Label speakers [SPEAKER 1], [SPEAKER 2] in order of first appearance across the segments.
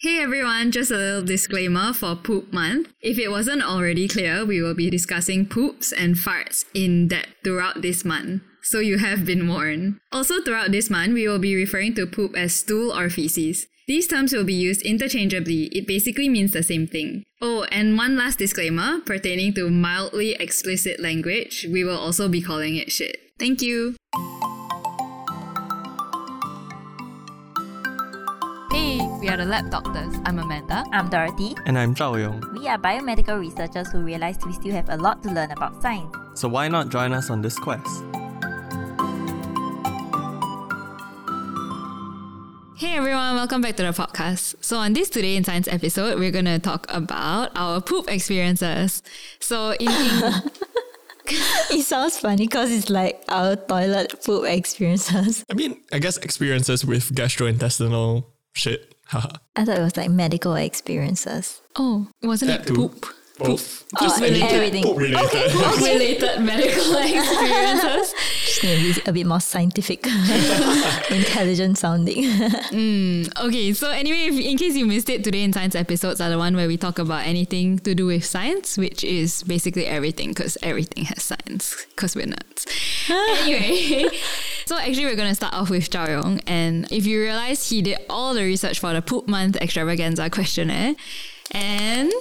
[SPEAKER 1] Hey everyone, just a little disclaimer for Poop Month. If it wasn't already clear, we will be discussing poops and farts in depth throughout this month. So you have been warned. Also, throughout this month, we will be referring to poop as stool or feces. These terms will be used interchangeably. It basically means the same thing. Oh, and one last disclaimer pertaining to mildly explicit language, we will also be calling it shit. Thank you.
[SPEAKER 2] Hey, we are the lab doctors. I'm Amanda.
[SPEAKER 3] I'm Dorothy.
[SPEAKER 4] And I'm Zhao Yong.
[SPEAKER 3] We are biomedical researchers who realized we still have a lot to learn about science.
[SPEAKER 4] So why not join us on this quest?
[SPEAKER 1] Hey everyone, welcome back to the podcast. So, on this Today in Science episode, we're going to talk about our poop experiences. So, in, in
[SPEAKER 3] It sounds funny because it's like our toilet poop experiences.
[SPEAKER 5] I mean, I guess experiences with gastrointestinal shit. Haha.
[SPEAKER 3] I thought it was like medical experiences.
[SPEAKER 1] oh, wasn't
[SPEAKER 5] That
[SPEAKER 1] it
[SPEAKER 5] too.
[SPEAKER 1] poop? Uh,
[SPEAKER 5] Both.
[SPEAKER 3] Just Oh, related. everything.
[SPEAKER 5] Poop related.
[SPEAKER 1] Related medical experiences.
[SPEAKER 3] Just maybe a bit more scientific, intelligent sounding.
[SPEAKER 1] Okay, so anyway, if, in case you missed it, Today in Science episodes are the one where we talk about anything to do with science, which is basically everything because everything has science because we're nuts. anyway, so actually, we're going to start off with Zhao Yong. And if you realize, he did all the research for the Poop Month extravaganza questionnaire. And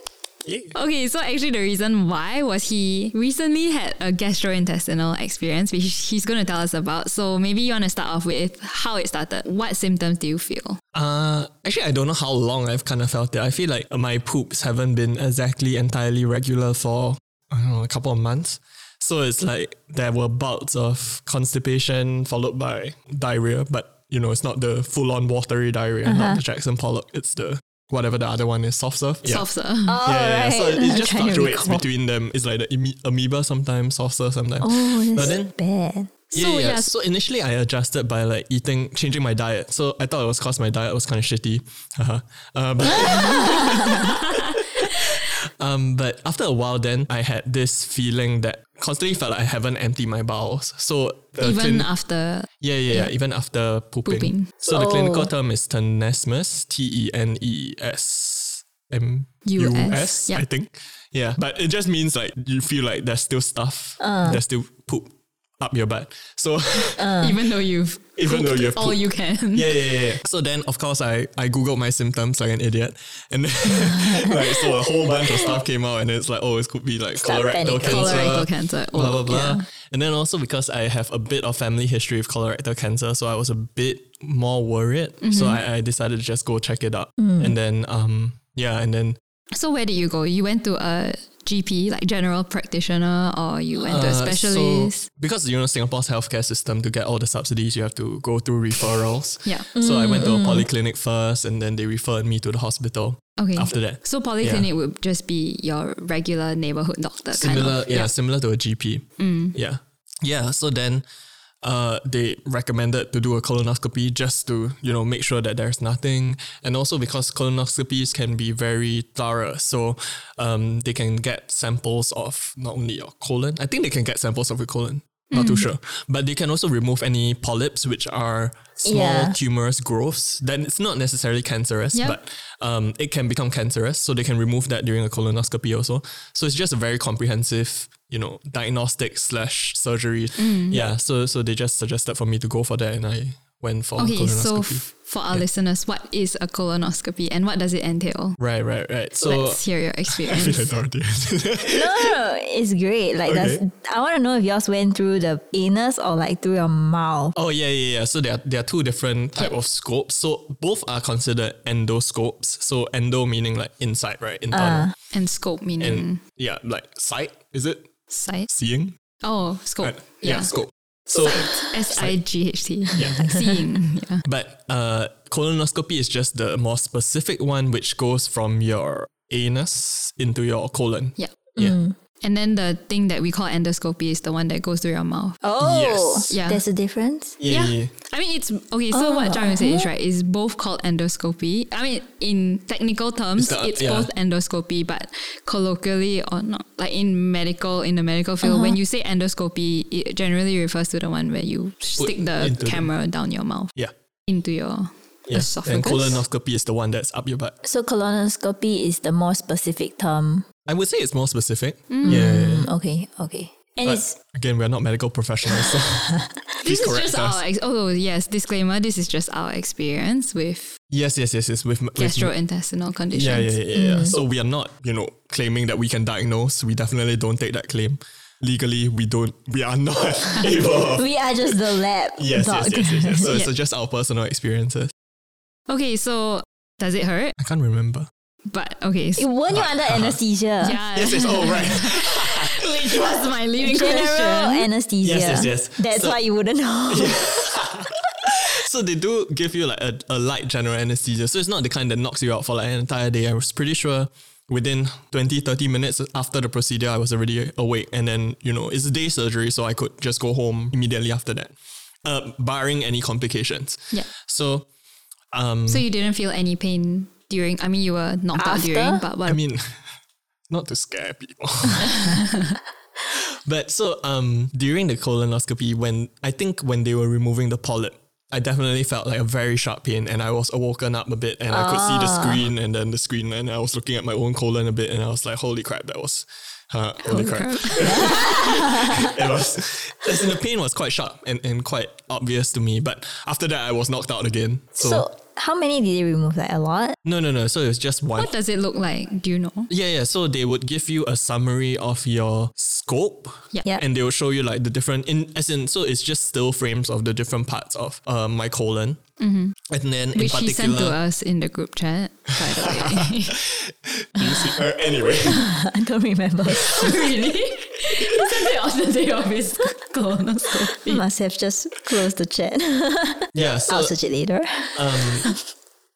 [SPEAKER 1] Okay, so actually, the reason why was he recently had a gastrointestinal experience, which he's going to tell us about. So maybe you want to start off with how it started. What symptoms do you feel?
[SPEAKER 5] Uh, actually, I don't know how long I've kind of felt it. I feel like my poops haven't been exactly entirely regular for I don't know a couple of months. So it's like there were bouts of constipation followed by diarrhea, but you know it's not the full-on watery diarrhea,
[SPEAKER 1] Uh-huh.
[SPEAKER 5] not the Jackson Pollock. It's the whatever the other one is, soft serve. Yeah.
[SPEAKER 1] Soft serve.
[SPEAKER 5] yeah, yeah, yeah. So
[SPEAKER 3] Alright.
[SPEAKER 5] it, it
[SPEAKER 3] I'm
[SPEAKER 5] just
[SPEAKER 3] trying to
[SPEAKER 5] fluctuates
[SPEAKER 3] recall.
[SPEAKER 5] between them. It's like the ame- amoeba sometimes, soft serve sometimes.
[SPEAKER 3] Oh,
[SPEAKER 5] but
[SPEAKER 3] that's
[SPEAKER 5] then
[SPEAKER 3] bad.
[SPEAKER 5] yeah,
[SPEAKER 1] So,
[SPEAKER 5] yeah.
[SPEAKER 1] yeah.
[SPEAKER 5] So initially, I adjusted by like eating, changing my diet. So I thought it was because my diet was kind of shitty. Haha. uh, but, um, but after a while, then I had this feeling that constantly felt like I haven't emptied my bowels. So the
[SPEAKER 1] Even
[SPEAKER 5] clin-
[SPEAKER 1] after
[SPEAKER 5] yeah, yeah, yeah, even after pooping.
[SPEAKER 1] Pooping.
[SPEAKER 5] So the
[SPEAKER 3] Oh.
[SPEAKER 5] clinical term is tenesmus, T E N E S M U
[SPEAKER 1] US,
[SPEAKER 5] S,
[SPEAKER 1] yeah.
[SPEAKER 5] I think. Yeah, but it just means like you feel like there's still stuff, there's still poop up your butt. So
[SPEAKER 1] even though you've
[SPEAKER 5] Even
[SPEAKER 1] pooped
[SPEAKER 5] though you've
[SPEAKER 1] all
[SPEAKER 5] pooped.
[SPEAKER 1] you can.
[SPEAKER 5] yeah, yeah, yeah, yeah. So then, of course, I, I googled my symptoms like an idiot, and then, like so a whole bunch of stuff came out, and it's like, oh, it could be like
[SPEAKER 3] Start
[SPEAKER 5] colorectal
[SPEAKER 3] panicking.
[SPEAKER 5] cancer,
[SPEAKER 1] Colorectal cancer,
[SPEAKER 5] blah
[SPEAKER 1] oh,
[SPEAKER 5] blah blah.
[SPEAKER 1] yeah.
[SPEAKER 5] And then also because I have a bit of family history of colorectal cancer, so I was a bit more worried.
[SPEAKER 1] Mm-hmm.
[SPEAKER 5] So I, I decided to just go check it out,
[SPEAKER 1] Mm.
[SPEAKER 5] and then um yeah, and then
[SPEAKER 1] So where did you go? You went to a GP, like general practitioner, or you went to a
[SPEAKER 5] Uh, so
[SPEAKER 1] specialist?
[SPEAKER 5] because you know Singapore's healthcare system, to get all the subsidies, you have to go through referrals.
[SPEAKER 1] Yeah. Mm.
[SPEAKER 5] So I went to a polyclinic first, and then they referred me to the hospital.
[SPEAKER 1] okay.
[SPEAKER 5] After that,
[SPEAKER 1] so polyclinic would just be your regular neighborhood doctor
[SPEAKER 5] similar,
[SPEAKER 1] kind of.
[SPEAKER 5] yeah, similar to a GP. Yeah, yeah. So then, uh, they recommended to do a colonoscopy just to you know make sure that there's nothing, and also because colonoscopies can be very thorough, so um, they can get samples of not only your colon. I think they can get samples of your colon. Not too sure, but they can also remove any polyps, which are small
[SPEAKER 3] Yeah.
[SPEAKER 5] tumorous growths. Then it's not necessarily cancerous,
[SPEAKER 1] Yeah.
[SPEAKER 5] but um, it can become cancerous, so they can remove that during a colonoscopy also. So it's just a very comprehensive, you know, diagnostic slash surgery.
[SPEAKER 1] Mm.
[SPEAKER 5] Yeah. So so they just suggested for me to go for that, and I went for
[SPEAKER 1] Okay, so
[SPEAKER 5] colonoscopy.
[SPEAKER 1] f- for our listeners, what is a colonoscopy and what does it entail?
[SPEAKER 5] right, right, right. So
[SPEAKER 1] Let's hear your experience.
[SPEAKER 3] No, no, no, it's great. Like that's. I want to know if yours went through the anus or like through your mouth.
[SPEAKER 5] Oh yeah, yeah, yeah. So there are, there are two different type
[SPEAKER 1] Yeah.
[SPEAKER 5] of scopes. So both are considered endoscopes. So endo meaning like inside, right? Internal.
[SPEAKER 1] and scope meaning
[SPEAKER 5] and yeah, like sight is it
[SPEAKER 1] sight.
[SPEAKER 5] seeing?
[SPEAKER 1] Oh, scope.
[SPEAKER 5] Right.
[SPEAKER 1] yeah.
[SPEAKER 5] Uh, scope. So
[SPEAKER 1] S I G H T. Seeing. Yeah.
[SPEAKER 5] But uh, colonoscopy is just the more specific one, which goes from your anus into your colon.
[SPEAKER 1] Yeah. Mm.
[SPEAKER 5] Yeah.
[SPEAKER 1] And then the thing that we call endoscopy is the one that goes through your mouth.
[SPEAKER 3] Oh,
[SPEAKER 5] Yes.
[SPEAKER 1] Yeah.
[SPEAKER 3] There's a difference.
[SPEAKER 5] Yeah. yeah.
[SPEAKER 1] I mean, it's okay. So, what Zhang Yun said is right, is both called endoscopy. I mean, in technical terms,
[SPEAKER 5] It's
[SPEAKER 1] it's,
[SPEAKER 5] the- yeah.
[SPEAKER 1] both endoscopy, but colloquially or not, like in medical, in the medical field, when you say endoscopy, it generally refers to the one where you stick the
[SPEAKER 5] into the-
[SPEAKER 1] camera down your mouth,
[SPEAKER 5] yeah.
[SPEAKER 1] into your
[SPEAKER 5] And
[SPEAKER 1] esophagus.
[SPEAKER 5] colonoscopy is the one that's up your butt.
[SPEAKER 3] So colonoscopy is the more specific term.
[SPEAKER 5] I would say it's more specific. Yeah, yeah, yeah.
[SPEAKER 3] Mm, Okay, okay. And
[SPEAKER 5] But
[SPEAKER 3] it's
[SPEAKER 5] again, we're not medical professionals. So
[SPEAKER 1] this
[SPEAKER 5] please
[SPEAKER 1] is
[SPEAKER 5] correct
[SPEAKER 1] just
[SPEAKER 5] us.
[SPEAKER 1] our ex- oh yes disclaimer. This is just our experience with
[SPEAKER 5] Yes, yes, yes, yes. With, with
[SPEAKER 1] gastrointestinal conditions. Mm.
[SPEAKER 5] Yeah, yeah, yeah, yeah. yeah. So we are not, you know, claiming that we can diagnose. We definitely don't take that claim. Legally, we don't. We are not able.
[SPEAKER 3] we are just the lab
[SPEAKER 5] Yes,
[SPEAKER 3] dog.
[SPEAKER 5] yes, yes, yes, yes. So
[SPEAKER 1] Yeah.
[SPEAKER 5] it's just our personal experiences.
[SPEAKER 1] Okay, so does it hurt?
[SPEAKER 5] I can't remember.
[SPEAKER 1] But okay, so,
[SPEAKER 3] Weren't you under anesthesia?
[SPEAKER 1] yeah,
[SPEAKER 5] Yes, yes. Oh, right.
[SPEAKER 1] which was my leading
[SPEAKER 3] General
[SPEAKER 1] question.
[SPEAKER 3] anesthesia.
[SPEAKER 5] Yes, yes, yes.
[SPEAKER 3] That's
[SPEAKER 5] So-
[SPEAKER 3] why you wouldn't know.
[SPEAKER 5] so they do give you like a, a light general anesthesia. So it's not the kind that knocks you out for like an entire day. I was pretty sure within 20, 30 minutes after the procedure, I was already awake. And then, you know, it's day surgery, so I could just go home immediately after that, uh, barring any complications.
[SPEAKER 1] Yeah.
[SPEAKER 5] So, Mm.
[SPEAKER 1] So you didn't feel any pain during? I mean, you were knocked out
[SPEAKER 3] After?
[SPEAKER 1] during, but what?
[SPEAKER 5] I mean, not to scare people. but so um during the colonoscopy when I think when they were removing the polyp, I definitely felt like a very sharp pain and I was woken up a bit and I could see the screen and then the screen and I was looking at my own colon a bit and I was like, holy crap, that was uh, holy crap. it was as in the pain was quite sharp and, and quite obvious to me. But after that I was knocked out again. So,
[SPEAKER 3] So how many did they remove? Like a lot?
[SPEAKER 5] no no no. So it was just one
[SPEAKER 1] what does it look like? Do you know?
[SPEAKER 5] yeah, yeah. So they would give you a summary of your scope.
[SPEAKER 1] Yeah.
[SPEAKER 3] Yeah.
[SPEAKER 5] And they will show you like the different in as in so it's just still frames of the different parts of uh, my colon. Mm-hmm. And then in
[SPEAKER 1] Which he sent to
[SPEAKER 5] particular,
[SPEAKER 1] us in the group chat, by the way.
[SPEAKER 5] you see- uh, anyway,
[SPEAKER 3] I don't remember.
[SPEAKER 1] really? He sent it on the day of his colonoscopy.
[SPEAKER 3] Must have just closed the chat.
[SPEAKER 5] yeah. So
[SPEAKER 1] Oh,
[SPEAKER 3] I'll search it later.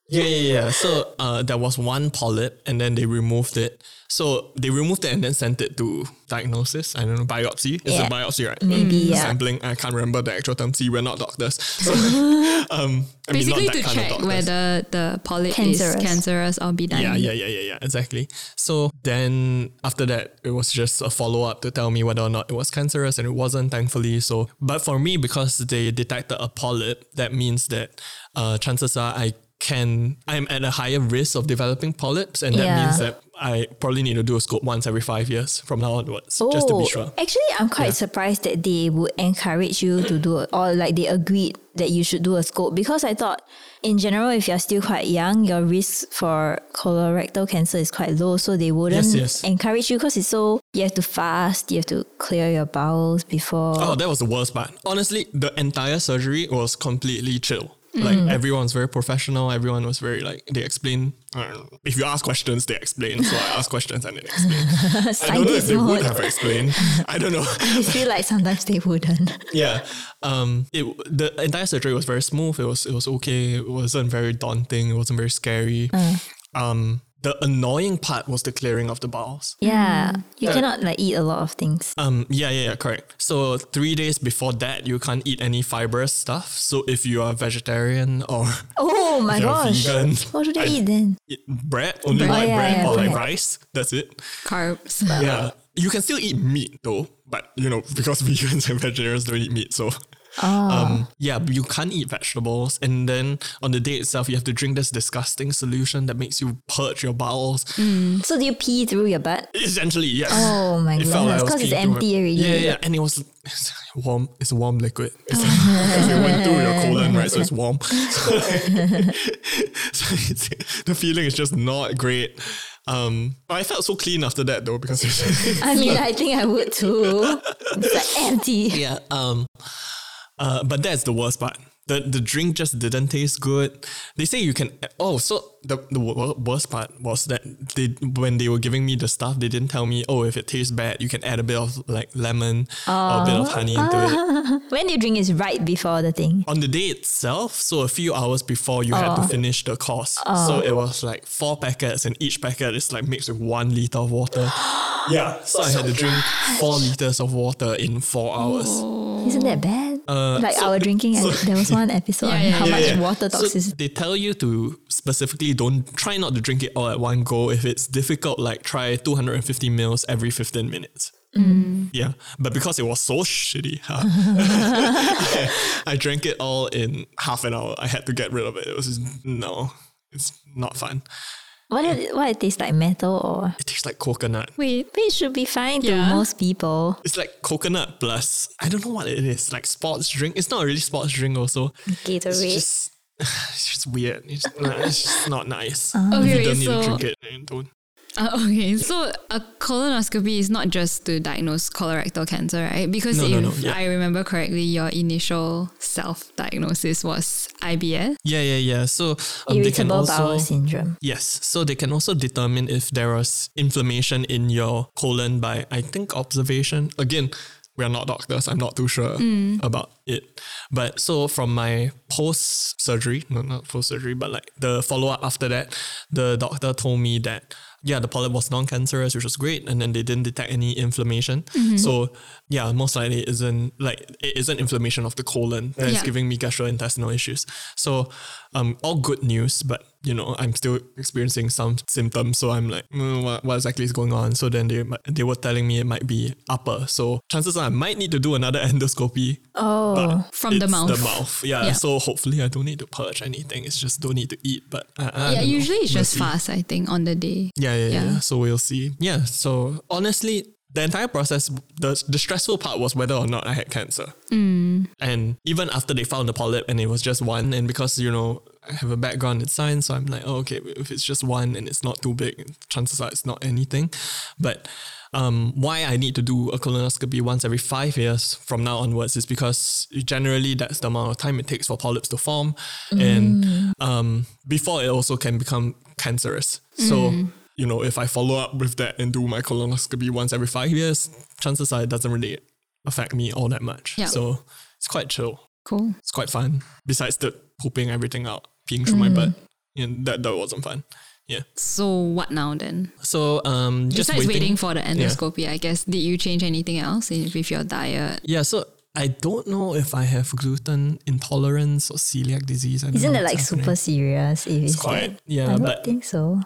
[SPEAKER 5] Yeah, yeah, yeah. So uh, there was one polyp, and then they removed it. So they removed it and then sent it to diagnosis. I don't know biopsy. It's
[SPEAKER 3] Yeah.
[SPEAKER 5] a biopsy, right? Mm,
[SPEAKER 3] Maybe, yeah.
[SPEAKER 5] Sampling. I can't remember the actual term. See, we're not doctors. So, um, I mean, not
[SPEAKER 1] Basically,
[SPEAKER 5] that
[SPEAKER 1] to
[SPEAKER 5] kind of
[SPEAKER 1] check
[SPEAKER 5] doctors.
[SPEAKER 1] whether the polyp
[SPEAKER 3] Cancerous.
[SPEAKER 1] is cancerous or benign.
[SPEAKER 5] Yeah, yeah, yeah, yeah, yeah. Exactly. So then after that, it was just a follow up to tell me whether or not it was cancerous, and it wasn't, thankfully. So, but for me, because they detected a polyp, that means that uh, chances are I can I'm at a higher risk of developing polyps, and that
[SPEAKER 3] Yeah.
[SPEAKER 5] means that I probably need to do a scope once every five years from now onwards, just to
[SPEAKER 3] Oh,
[SPEAKER 5] be sure.
[SPEAKER 3] Actually, I'm quite surprised that they would encourage you to do it, or like they agreed that you should do a scope because I thought, in general, if you're still quite young, your risk for colorectal cancer is quite low, so they wouldn't
[SPEAKER 5] yes.
[SPEAKER 3] encourage you because it's so you have to fast, you have to clear your bowels before.
[SPEAKER 5] Oh, that was the worst part. Honestly, the entire surgery was completely chill. Like everyone was very professional. Everyone was very like they explain. I don't know. If you ask questions, they explain. So I asked questions and they explain. I don't know if
[SPEAKER 3] Scientist
[SPEAKER 5] they would
[SPEAKER 3] mode.
[SPEAKER 5] have explained. I don't know.
[SPEAKER 3] I feel like sometimes they wouldn't.
[SPEAKER 5] yeah. Um. It the entire surgery was very smooth. It was it was okay. It wasn't very daunting. It wasn't very scary. Um. The annoying part was the clearing of the bowels.
[SPEAKER 3] Yeah,
[SPEAKER 5] Mm. Uh,
[SPEAKER 3] you cannot like eat a lot of things.
[SPEAKER 5] Um, yeah, yeah, yeah, correct. So three days before that, you can't eat any fibrous stuff. So if you are vegetarian or
[SPEAKER 3] oh my
[SPEAKER 5] you're
[SPEAKER 3] gosh!
[SPEAKER 5] vegan,
[SPEAKER 3] What do they
[SPEAKER 5] I-
[SPEAKER 3] eat then?
[SPEAKER 5] eat bread, only
[SPEAKER 1] Bread.
[SPEAKER 5] white
[SPEAKER 1] Oh,
[SPEAKER 3] yeah,
[SPEAKER 5] bread
[SPEAKER 3] yeah,
[SPEAKER 5] or like
[SPEAKER 3] bread.
[SPEAKER 5] rice, that's it.
[SPEAKER 1] Carbs.
[SPEAKER 5] Yeah, you can still eat meat though, but you know because vegans and vegetarians don't eat meat, so. Um, yeah, but you can't eat vegetables, and then on the day itself, you have to drink this disgusting solution that makes you purge your bowels.
[SPEAKER 3] So do you pee through your butt?
[SPEAKER 5] Essentially, yes.
[SPEAKER 3] Oh my
[SPEAKER 5] It felt
[SPEAKER 3] goodness,
[SPEAKER 5] like I was
[SPEAKER 3] 'cause
[SPEAKER 5] peeing
[SPEAKER 3] it's
[SPEAKER 5] through my-
[SPEAKER 3] empty already.
[SPEAKER 5] Yeah, yeah, and it was it's warm. It's a warm liquid. It's like, 'cause it went through your colon, right? So it's warm. so it's, the feeling is just not great. Um, but I felt so clean after that though because
[SPEAKER 3] I mean, I think I would too. It's like empty.
[SPEAKER 5] yeah. Um, uh, but that's the worst part. The, the drink just didn't taste good. They say you can. Oh, so the, the wo- worst part was that they when they were giving me the stuff, they didn't tell me. Oh, if it tastes bad, you can add a bit of like lemon or a bit of honey into it.
[SPEAKER 3] When you drink is right before the thing.
[SPEAKER 5] on the day itself, so a few hours before you had to finish the course. So it was like four packets, and each packet is like mixed with one liter of water. yeah, so I had to drink four liters of water in four hours.
[SPEAKER 3] Isn't that bad? like
[SPEAKER 5] Uh, so-
[SPEAKER 3] our drinking,
[SPEAKER 5] so-
[SPEAKER 3] there was one episode on how much
[SPEAKER 5] yeah.
[SPEAKER 3] water
[SPEAKER 5] So
[SPEAKER 3] toxicity.
[SPEAKER 5] they tell you to specifically don't try not to drink it all at one go. If it's difficult, like try 250 mils every 15 minutes.
[SPEAKER 3] Mm.
[SPEAKER 5] Yeah, but because it was so shitty, huh, I, I drank it all in half an hour. I had to get rid of it. It was just, no, it's not fun.
[SPEAKER 3] What it, what it tastes like metal or
[SPEAKER 5] It tastes like coconut.
[SPEAKER 1] Wait.
[SPEAKER 3] it should be fine
[SPEAKER 1] Yeah.
[SPEAKER 3] to most people.
[SPEAKER 5] It's like coconut plus I don't know what it is. Like sports drink. It's not really sports drink. Also, it's
[SPEAKER 3] Gatorade.
[SPEAKER 5] just it's just weird. It's, nah, it's just not nice.
[SPEAKER 1] Oh, Okay,
[SPEAKER 5] you
[SPEAKER 1] wait,
[SPEAKER 5] don't need
[SPEAKER 1] so
[SPEAKER 5] to drink it. then Don't.
[SPEAKER 1] Uh, okay, so a colonoscopy is not just to diagnose colorectal cancer, right? Because
[SPEAKER 5] No,
[SPEAKER 1] if
[SPEAKER 5] no, no, yeah.
[SPEAKER 1] I remember correctly, your initial self-diagnosis was IBS.
[SPEAKER 5] Yeah, yeah, yeah. So um, they can
[SPEAKER 3] Irritable
[SPEAKER 5] also
[SPEAKER 3] bowel syndrome.
[SPEAKER 5] Yes. So they can also determine if there is inflammation in your colon by, I think, observation. Again, we are not doctors. I'm not too sure about it. But so from my post surgery, no, not post surgery, but like the follow up after that, the doctor told me that, yeah, the polyp was non cancerous, which was great. And then they didn't detect any inflammation. So, yeah, most likely it isn't like it isn't inflammation of the colon that is
[SPEAKER 1] Yeah.
[SPEAKER 5] giving me gastrointestinal issues. So, um, all good news, but you know, I'm still experiencing some symptoms. So I'm like, mm, what, what exactly is going on? So then they mi- they were telling me it might be upper. So chances are I might need to do another endoscopy.
[SPEAKER 3] Oh,
[SPEAKER 1] From the
[SPEAKER 5] It's
[SPEAKER 1] mouth.
[SPEAKER 5] The mouth. Yeah,
[SPEAKER 1] Yeah.
[SPEAKER 5] So hopefully I don't need to purge anything. It's just don't need to eat. But I, I
[SPEAKER 1] Yeah,
[SPEAKER 5] don't know.
[SPEAKER 1] usually it's
[SPEAKER 5] We'll
[SPEAKER 1] just
[SPEAKER 5] see.
[SPEAKER 1] fast, I think, on the day.
[SPEAKER 5] Yeah, yeah, yeah,
[SPEAKER 1] Yeah.
[SPEAKER 5] So we'll see. Yeah. So honestly, the entire process, the, the stressful part was whether or not I had cancer. And even after they found the polyp and it was just one, and because, you know, I have a background in science, so I'm like, oh, okay, if it's just one and it's not too big, chances are it's not anything. But um, why I need to do a colonoscopy once every five years from now onwards is because generally that's the amount of time it takes for polyps to form. And um, before it also can become cancerous. So, you know, if I follow up with that and do my colonoscopy once every five years, chances are it doesn't really affect me all that much.
[SPEAKER 1] Yeah.
[SPEAKER 5] So it's quite chill.
[SPEAKER 1] Cool.
[SPEAKER 5] It's quite fun. Besides the pooping everything out, peeing through my butt.
[SPEAKER 1] Mm.
[SPEAKER 5] Yeah, that, that wasn't fun. Yeah.
[SPEAKER 1] So what now then?
[SPEAKER 5] So um just
[SPEAKER 1] Besides waiting,
[SPEAKER 5] waiting
[SPEAKER 1] for the endoscopy, I guess, did you change anything else in, with your diet?
[SPEAKER 5] Yeah, so I don't know if I have gluten intolerance or celiac disease. I don't
[SPEAKER 3] isn't
[SPEAKER 5] know
[SPEAKER 3] it
[SPEAKER 5] what's
[SPEAKER 3] like
[SPEAKER 5] happening.
[SPEAKER 3] super serious? If it's,
[SPEAKER 5] quite-
[SPEAKER 3] that?
[SPEAKER 5] yeah,
[SPEAKER 3] I don't
[SPEAKER 5] but-
[SPEAKER 3] think so.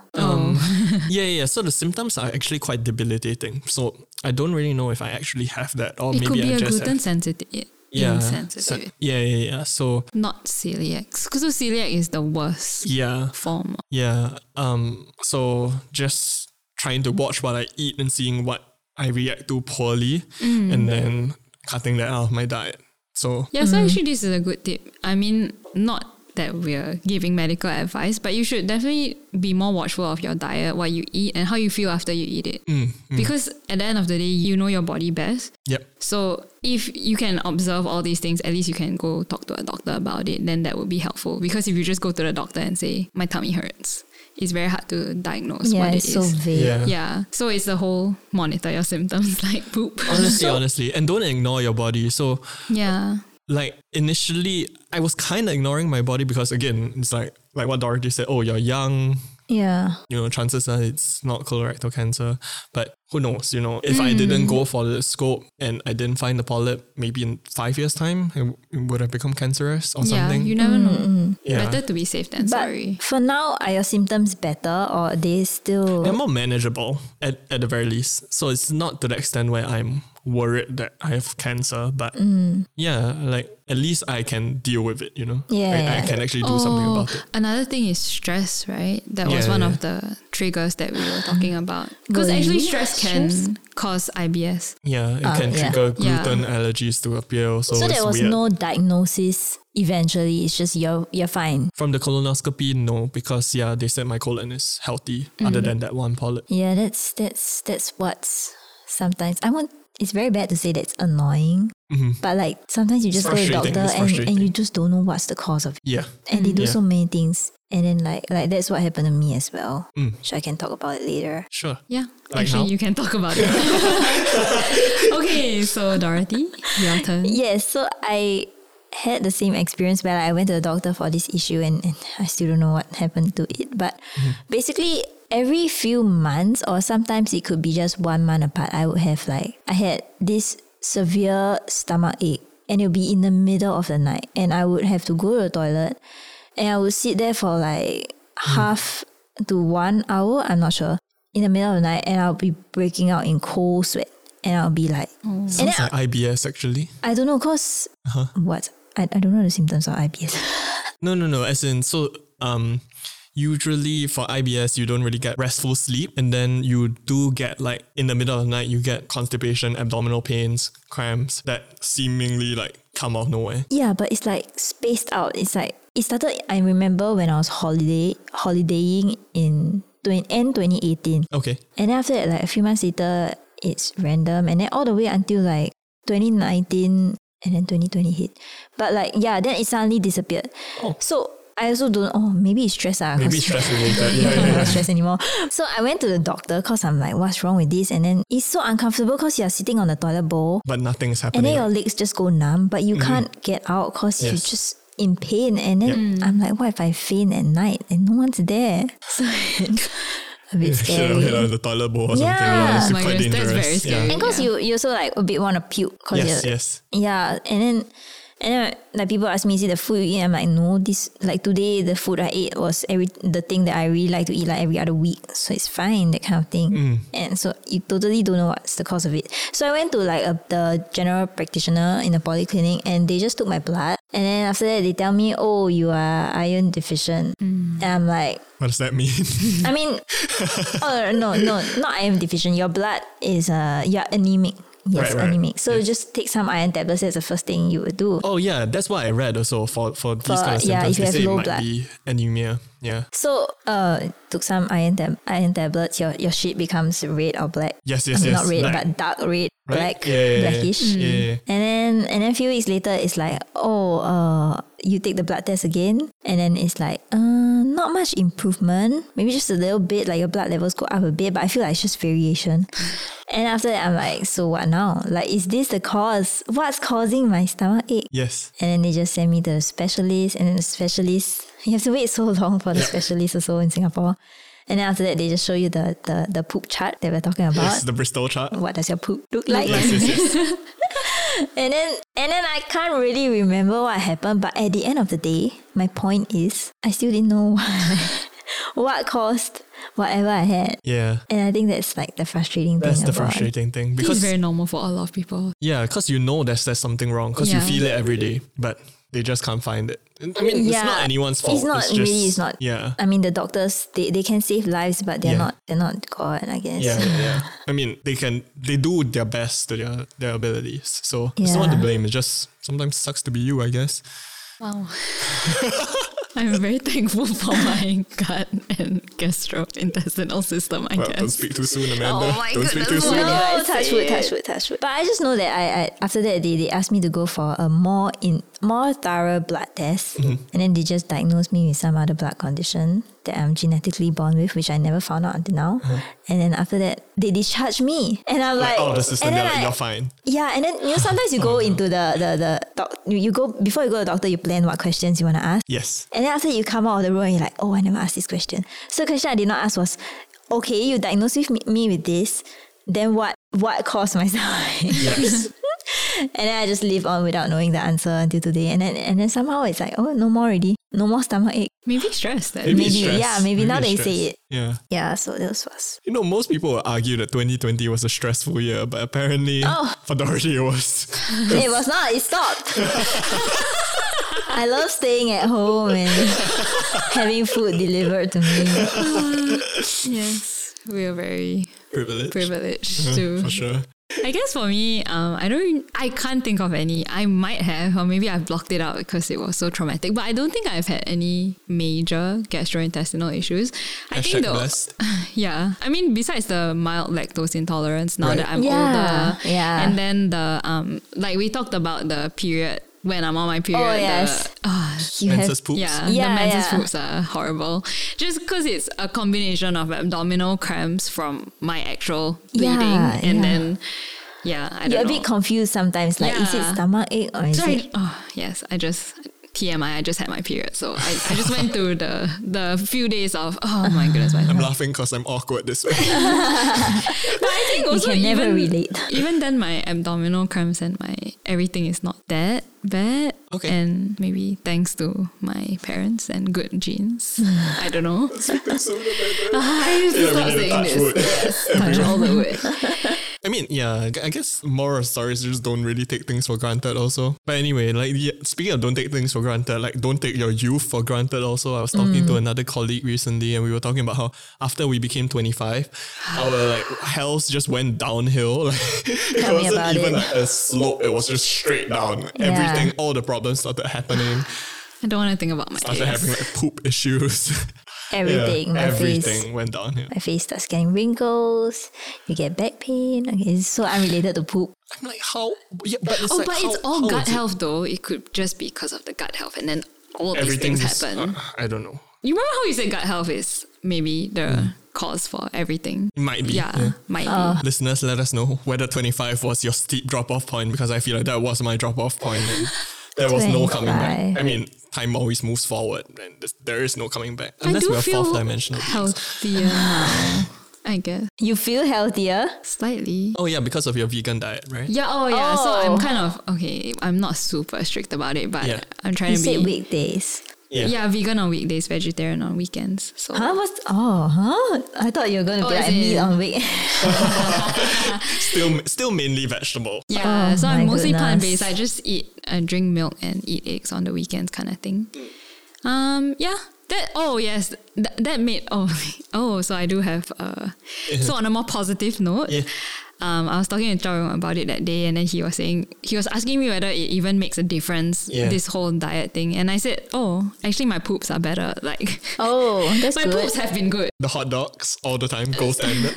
[SPEAKER 5] yeah, yeah. So the symptoms are actually quite debilitating. So I don't really know if I actually have that or
[SPEAKER 1] it
[SPEAKER 5] maybe
[SPEAKER 1] could be
[SPEAKER 5] I
[SPEAKER 1] a
[SPEAKER 5] just
[SPEAKER 1] gluten
[SPEAKER 5] have,
[SPEAKER 1] sensitive.
[SPEAKER 5] yeah,
[SPEAKER 1] insensitive.
[SPEAKER 5] so- yeah, yeah, yeah. So
[SPEAKER 1] Not celiac. Because celiac is the worst
[SPEAKER 5] yeah,
[SPEAKER 1] form.
[SPEAKER 5] yeah. Um. So just trying to watch what I eat and seeing what I react to poorly, and then cutting that out of my diet. So
[SPEAKER 1] Yeah, so actually, this is a good tip. I mean, not that we're giving medical advice, but you should definitely be more watchful of your diet, what you eat, and how you feel after you eat it.
[SPEAKER 5] Mm,
[SPEAKER 1] Because at the end of the day, you know your body best.
[SPEAKER 5] yep.
[SPEAKER 1] So if you can observe all these things, at least you can go talk to a doctor about it. Then that would be helpful. Because if you just go to the doctor and say my tummy hurts, it's very hard to diagnose
[SPEAKER 3] Yeah,
[SPEAKER 1] what it
[SPEAKER 3] it's
[SPEAKER 1] is.
[SPEAKER 3] so vague.
[SPEAKER 5] Yeah.
[SPEAKER 1] yeah, so it's the whole monitor your symptoms like poop.
[SPEAKER 5] Honestly, uh, honestly, and don't ignore your body. So
[SPEAKER 1] yeah,
[SPEAKER 5] like initially I was kind of ignoring my body because again it's like like what Dorothy said oh you're young
[SPEAKER 3] Yeah.
[SPEAKER 5] you know chances are it's not colorectal cancer but who knows you know if I didn't go for the scope and I didn't find the polyp maybe in five years time it, w- it would have become cancerous or
[SPEAKER 1] yeah,
[SPEAKER 5] something
[SPEAKER 1] you never
[SPEAKER 3] Mm-hmm.
[SPEAKER 1] know.
[SPEAKER 5] Yeah.
[SPEAKER 1] Better to be safe than
[SPEAKER 3] But
[SPEAKER 1] sorry.
[SPEAKER 3] for now, are your symptoms better or are they still
[SPEAKER 5] they're more manageable at, at the very least so it's not to the extent where I'm worried that I have cancer but
[SPEAKER 3] Mm.
[SPEAKER 5] yeah like at least I can deal with it you know
[SPEAKER 3] Yeah,
[SPEAKER 5] Like,
[SPEAKER 3] yeah.
[SPEAKER 5] I can actually do something
[SPEAKER 1] Oh,
[SPEAKER 5] about it
[SPEAKER 1] Another thing is stress, right? That was
[SPEAKER 5] Yeah,
[SPEAKER 1] one
[SPEAKER 5] yeah.
[SPEAKER 1] of the triggers that we were talking about. Because
[SPEAKER 3] Were
[SPEAKER 1] actually,
[SPEAKER 3] you
[SPEAKER 1] stress can
[SPEAKER 3] stressed?
[SPEAKER 1] cause IBS.
[SPEAKER 5] Yeah, it
[SPEAKER 3] Ah,
[SPEAKER 5] can
[SPEAKER 3] yeah.
[SPEAKER 5] trigger
[SPEAKER 1] Yeah.
[SPEAKER 5] gluten allergies to appear. So,
[SPEAKER 3] So
[SPEAKER 5] it's
[SPEAKER 3] there was
[SPEAKER 5] weird.
[SPEAKER 3] no diagnosis eventually. It's just you're you're fine.
[SPEAKER 5] From the colonoscopy, no, because yeah, they said my colon is healthy
[SPEAKER 3] Mm.
[SPEAKER 5] other than that one polyp.
[SPEAKER 3] Yeah, that's that's that's what's sometimes I want it's very bad to say that's annoying.
[SPEAKER 5] mm-hmm.
[SPEAKER 3] But like sometimes you just go to the
[SPEAKER 5] Frustrating,
[SPEAKER 3] doctor
[SPEAKER 5] it's
[SPEAKER 3] and, and you
[SPEAKER 5] frustrating. Mm.
[SPEAKER 3] just don't know what's the cause of it.
[SPEAKER 5] Yeah.
[SPEAKER 3] And they do
[SPEAKER 5] Yeah.
[SPEAKER 3] so many things. And then like like that's what happened to me as well.
[SPEAKER 5] Mm.
[SPEAKER 3] So I can talk about it later.
[SPEAKER 5] Sure.
[SPEAKER 1] Yeah.
[SPEAKER 5] Like
[SPEAKER 1] actually,
[SPEAKER 5] how?
[SPEAKER 1] you can talk about it. okay, so Dorothy, your turn.
[SPEAKER 3] Yes, so I had the same experience where I went to the doctor for this issue and, and I still don't know what happened to it. But basically, every few months, or sometimes it could be just one month apart, I would have like, I had this severe stomach ache and it would be in the middle of the night and I would have to go to the toilet and I would sit there for like half to one hour, I'm not sure, in the middle of the night and I'll be breaking out in cold sweat and I'll be like, and then
[SPEAKER 5] It's like IBS actually.
[SPEAKER 3] I don't know, because
[SPEAKER 5] Uh-huh.
[SPEAKER 3] what? I, I don't know the symptoms of IBS.
[SPEAKER 5] No, no, no. As in, so um, usually for IBS, you don't really get restful sleep, and then you do get like in the middle of the night, you get constipation, abdominal pains, cramps that seemingly like come out of nowhere.
[SPEAKER 3] yeah, but it's like spaced out. It's like, it started, I remember when I was holiday holidaying in 20, end 2018.
[SPEAKER 5] Okay,
[SPEAKER 3] And then after that, like a few months later, it's random. And then all the way until like 2019 and then 2020 hit. But like, yeah, then it suddenly disappeared.
[SPEAKER 5] Oh.
[SPEAKER 3] So I also don't, oh, maybe it's stress. ah,
[SPEAKER 5] maybe
[SPEAKER 3] 'cause-
[SPEAKER 5] it's stress related.
[SPEAKER 3] I
[SPEAKER 5] Yeah,
[SPEAKER 3] don't
[SPEAKER 5] yeah,
[SPEAKER 3] have
[SPEAKER 5] yeah.
[SPEAKER 3] stress anymore. So I went to the doctor because I'm like, what's wrong with this? And then it's so uncomfortable because you're sitting on the toilet bowl
[SPEAKER 5] But nothing is
[SPEAKER 3] and
[SPEAKER 5] happening.
[SPEAKER 3] then your legs just go numb, but you can't get out because you're
[SPEAKER 5] Yes.
[SPEAKER 3] just in pain. And then I'm like, what if I faint at night and no one's there? So it's a bit
[SPEAKER 5] Shit, I'll
[SPEAKER 3] scary.
[SPEAKER 5] hit on the toilet bowl or something.
[SPEAKER 3] Yeah.
[SPEAKER 5] it's
[SPEAKER 1] Oh my
[SPEAKER 5] quite
[SPEAKER 1] goodness, that's
[SPEAKER 5] dangerous.
[SPEAKER 1] very scary.
[SPEAKER 5] Yeah.
[SPEAKER 3] And because
[SPEAKER 1] Yeah.
[SPEAKER 3] you, you also like a bit want to puke. 'cause
[SPEAKER 5] Yes,
[SPEAKER 3] you're-
[SPEAKER 5] yes.
[SPEAKER 3] Yeah. And then, and then like people ask me, is it the food you eat? I'm like, no, this, like today the food I ate was every, the thing that I really like to eat like every other week. So it's fine, that kind of thing. And so you totally don't know what's the cause of it. So I went to like a, the general practitioner in the polyclinic and they just took my blood. And then after that, they tell me, oh, you are iron deficient. And I'm like,
[SPEAKER 5] What does that mean?
[SPEAKER 3] I mean, oh no, no, not iron deficient. Your blood is uh, you're anemic. Yes,
[SPEAKER 5] Right, right.
[SPEAKER 3] anemic. So just take some iron tablets. That's the first thing you would do.
[SPEAKER 5] oh yeah, that's what I read also for for these kind
[SPEAKER 3] For-
[SPEAKER 5] of
[SPEAKER 3] yeah,
[SPEAKER 5] symptoms.
[SPEAKER 3] if you
[SPEAKER 5] they
[SPEAKER 3] have
[SPEAKER 5] say it
[SPEAKER 3] low
[SPEAKER 5] might
[SPEAKER 3] blood.
[SPEAKER 5] be anemia. Yeah.
[SPEAKER 3] So uh, took some iron tab- iron tablets. Your your shit becomes red or black.
[SPEAKER 5] Yes, yes,
[SPEAKER 3] I
[SPEAKER 5] yes.
[SPEAKER 3] mean, Not red,
[SPEAKER 5] Black.
[SPEAKER 3] but dark red,
[SPEAKER 5] Right?
[SPEAKER 3] black,
[SPEAKER 5] Yeah, yeah, yeah.
[SPEAKER 3] blackish.
[SPEAKER 5] Yeah, yeah, yeah.
[SPEAKER 3] And then and then a few weeks later, it's like oh uh, you take the blood test again, and then it's like uh, not much improvement. Maybe just a little bit. Like your blood levels go up a bit, but I feel like it's just variation.
[SPEAKER 5] Mm.
[SPEAKER 3] and after that, I'm like, so what now? Like, is this the cause? What's causing my stomach ache?
[SPEAKER 5] Yes.
[SPEAKER 3] And then they just send me to the specialist, and then the specialist, you have to wait so long for the specialist also in Singapore. And then after that, they just show you the, the, the poop chart that we're talking about.
[SPEAKER 5] Yes, the Bristol chart.
[SPEAKER 3] What does your poop look like?
[SPEAKER 5] Yes, yes, yes.
[SPEAKER 3] And then and then I can't really remember what happened, but at the end of the day, my point is I still didn't know what caused whatever I had.
[SPEAKER 5] Yeah.
[SPEAKER 3] And I think that's like the frustrating
[SPEAKER 5] That's
[SPEAKER 3] thing
[SPEAKER 5] the
[SPEAKER 3] about
[SPEAKER 5] frustrating thing
[SPEAKER 1] It's
[SPEAKER 5] because
[SPEAKER 1] very normal for a lot of people.
[SPEAKER 5] yeah, because you know there's there's something wrong because
[SPEAKER 1] Yeah.
[SPEAKER 5] you feel it every day, but they just can't find it. I mean, it's not
[SPEAKER 3] Yeah.
[SPEAKER 5] anyone's fault.
[SPEAKER 3] It's not
[SPEAKER 5] just,
[SPEAKER 3] really. It's not.
[SPEAKER 5] Yeah.
[SPEAKER 3] I mean, the doctors they, they can save lives, but they're
[SPEAKER 5] Yeah.
[SPEAKER 3] not they're not God. I guess.
[SPEAKER 5] Yeah, yeah, yeah. I mean, they can they do their best to their their abilities. So it's no one to
[SPEAKER 3] Yeah.
[SPEAKER 5] blame. It just sometimes sucks to be you, I guess.
[SPEAKER 1] Wow. I'm very thankful for my gut and gastrointestinal system, I
[SPEAKER 5] Well, don't
[SPEAKER 1] guess.
[SPEAKER 5] speak too soon, Amanda.
[SPEAKER 2] Oh my
[SPEAKER 5] don't speak too
[SPEAKER 2] goodness,
[SPEAKER 5] soon.
[SPEAKER 2] what?
[SPEAKER 3] Yeah,
[SPEAKER 2] Oh,
[SPEAKER 3] it's touch wood, touch wood, touch wood. But I just know that I, I after that they, they asked me to go for a more in more thorough blood test,
[SPEAKER 5] Mm-hmm.
[SPEAKER 3] and then they just diagnosed me with some other blood condition that I'm genetically born with, which I never found out until now. And then after that, they discharged me, and I'm
[SPEAKER 5] Uh-huh. Like,
[SPEAKER 3] like, eh.
[SPEAKER 5] oh, the system,
[SPEAKER 3] and
[SPEAKER 5] they're
[SPEAKER 3] then
[SPEAKER 5] like,
[SPEAKER 3] I-
[SPEAKER 5] you're fine.
[SPEAKER 3] yeah, and then you know sometimes you go into the the the doc, you, you go before you go to the doctor, you plan what questions you want to ask.
[SPEAKER 5] Yes.
[SPEAKER 3] And then after that, you come out of the room and you're like, oh, I never asked this question. So the question I did not ask was, okay, you diagnosed with me, me with this, then what what caused my stomach? Yes. and then I just live on without knowing the answer until today. And then and then somehow it's like, oh, no more already. No more stomach ache.
[SPEAKER 1] Maybe stress then.
[SPEAKER 5] Maybe, it's
[SPEAKER 3] Maybe,
[SPEAKER 5] stress.
[SPEAKER 3] yeah, maybe now
[SPEAKER 5] it's
[SPEAKER 3] that you say
[SPEAKER 5] stress.
[SPEAKER 3] it.
[SPEAKER 5] Yeah.
[SPEAKER 3] Yeah, so those was.
[SPEAKER 5] You know, most people will argue that 2020 was a stressful year, but apparently
[SPEAKER 3] Oh.
[SPEAKER 5] for Dorothy it was.
[SPEAKER 3] it was not, it stopped. I love staying at home and having food delivered to me.
[SPEAKER 1] Yes. We are very
[SPEAKER 5] Privilege.
[SPEAKER 1] privileged
[SPEAKER 5] Yeah,
[SPEAKER 1] to
[SPEAKER 5] For sure.
[SPEAKER 1] I guess for me, um, I don't, I can't think of any. I might have, or maybe I've blocked it out because it was so traumatic. But I don't think I've had any major gastrointestinal issues. I think
[SPEAKER 5] Hashtag
[SPEAKER 1] though,
[SPEAKER 5] blessed.
[SPEAKER 1] yeah. I mean, besides the mild lactose intolerance, now
[SPEAKER 5] Right.
[SPEAKER 1] that I'm
[SPEAKER 3] Yeah,
[SPEAKER 1] older,
[SPEAKER 3] yeah.
[SPEAKER 1] and then the um, like we talked about the period when I'm on my period. the-
[SPEAKER 3] Oh, yes.
[SPEAKER 1] ah,
[SPEAKER 3] You have
[SPEAKER 5] Menses poops.
[SPEAKER 1] yeah, the
[SPEAKER 3] Yeah,
[SPEAKER 1] menses
[SPEAKER 3] yeah.
[SPEAKER 1] foods are horrible. Just because it's a combination of abdominal cramps from my actual bleeding,
[SPEAKER 3] Yeah,
[SPEAKER 1] and
[SPEAKER 3] yeah.
[SPEAKER 1] then yeah, I don't
[SPEAKER 3] You're a
[SPEAKER 1] know.
[SPEAKER 3] bit confused sometimes. Like, is it
[SPEAKER 1] Yeah.
[SPEAKER 3] stomach ache or is
[SPEAKER 1] so
[SPEAKER 3] it?
[SPEAKER 1] I, oh, yes, I just TMI. I just had my period, so I, I just went through the the few days of oh my goodness, my
[SPEAKER 5] I'm laughing because I'm awkward this way.
[SPEAKER 1] But I think also
[SPEAKER 3] can never
[SPEAKER 1] even,
[SPEAKER 3] relate.
[SPEAKER 1] Even then, my abdominal cramps and my everything is not that bad.
[SPEAKER 5] Okay.
[SPEAKER 1] And maybe thanks to my parents and good genes. I don't know.
[SPEAKER 5] Speak too soon, Amanda.
[SPEAKER 1] I have to
[SPEAKER 5] Yeah, we
[SPEAKER 1] stop
[SPEAKER 5] need to
[SPEAKER 1] saying
[SPEAKER 5] touch
[SPEAKER 1] this.
[SPEAKER 5] wood.
[SPEAKER 1] Yes, touch all the wood.
[SPEAKER 5] I I mean, yeah, I guess moral stories just don't really take things for granted also. But anyway, like yeah, speaking of don't take things for granted, like don't take your youth for granted also. I was talking to another colleague recently and we were talking about how after we became 25, our like health just went downhill. Like it
[SPEAKER 3] Tell me
[SPEAKER 5] wasn't
[SPEAKER 3] about
[SPEAKER 5] even
[SPEAKER 3] it.
[SPEAKER 5] like a slope, it was just straight down.
[SPEAKER 3] Yeah.
[SPEAKER 5] Everything, all the problems started happening.
[SPEAKER 1] I don't want to think about my
[SPEAKER 5] Started having
[SPEAKER 1] face.
[SPEAKER 5] like poop issues. Yeah,
[SPEAKER 3] Everything, my
[SPEAKER 5] everything
[SPEAKER 3] face.
[SPEAKER 5] went downhill.
[SPEAKER 3] My face starts getting wrinkles. You get back pain. Okay, it's so unrelated to poop.
[SPEAKER 5] I'm like, how? Yeah, but it's
[SPEAKER 1] Oh,
[SPEAKER 5] like,
[SPEAKER 1] but
[SPEAKER 5] how-
[SPEAKER 1] it's all
[SPEAKER 5] how
[SPEAKER 1] gut
[SPEAKER 5] is it-
[SPEAKER 1] health though. It could just be because of the gut health, and then all these
[SPEAKER 5] Everything
[SPEAKER 1] things
[SPEAKER 5] is-
[SPEAKER 1] happen.
[SPEAKER 5] uh, I don't know.
[SPEAKER 1] you remember how you said gut health is maybe the cause for everything?
[SPEAKER 5] Might be,
[SPEAKER 1] Yeah,
[SPEAKER 5] yeah.
[SPEAKER 1] might be.
[SPEAKER 5] Listeners, let us know whether 25 was your steep drop off point because I feel like that was my drop off point. And there was no coming back.
[SPEAKER 3] 25.
[SPEAKER 5] I mean, time always moves forward and there's- there is no coming back.
[SPEAKER 1] I
[SPEAKER 5] Unless
[SPEAKER 1] do
[SPEAKER 5] we are
[SPEAKER 1] feel
[SPEAKER 5] fourth dimensional. beings.
[SPEAKER 1] healthier now. I guess
[SPEAKER 3] You feel healthier.
[SPEAKER 1] slightly.
[SPEAKER 5] Oh, yeah, because of your vegan diet, right?
[SPEAKER 1] Yeah. Oh, yeah. So
[SPEAKER 3] Oh.
[SPEAKER 1] I'm kind of okay. I'm not super strict about it, but
[SPEAKER 5] Yeah.
[SPEAKER 1] I'm trying
[SPEAKER 3] You
[SPEAKER 1] to be.
[SPEAKER 3] said weekdays.
[SPEAKER 1] yeah. vegan on weekdays, vegetarian on weekends. So
[SPEAKER 3] Huh? What's oh huh? I thought you were gonna
[SPEAKER 1] Oh,
[SPEAKER 3] be
[SPEAKER 1] is
[SPEAKER 3] like me
[SPEAKER 1] it?
[SPEAKER 3] on week.
[SPEAKER 5] Still, still mainly vegetable.
[SPEAKER 1] yeah,
[SPEAKER 3] Oh
[SPEAKER 1] so I'm
[SPEAKER 3] my
[SPEAKER 1] mostly
[SPEAKER 3] goodness.
[SPEAKER 1] plant based. I just eat and drink milk and eat eggs on the weekends, kind of thing.
[SPEAKER 5] Mm.
[SPEAKER 1] Um, yeah. That oh yes, that, that made oh oh. So I do have uh. So on a more positive note.
[SPEAKER 5] Yeah.
[SPEAKER 1] Um, I was talking to Chao about it that day, and then he was saying he was asking me whether it even makes a difference
[SPEAKER 5] Yeah.
[SPEAKER 1] this whole diet thing, and I said, "Oh, actually, my poops are better. Like,
[SPEAKER 3] Oh, that's
[SPEAKER 1] my
[SPEAKER 3] good.
[SPEAKER 1] poops have been good.
[SPEAKER 5] The hot dogs all the time, gold standard.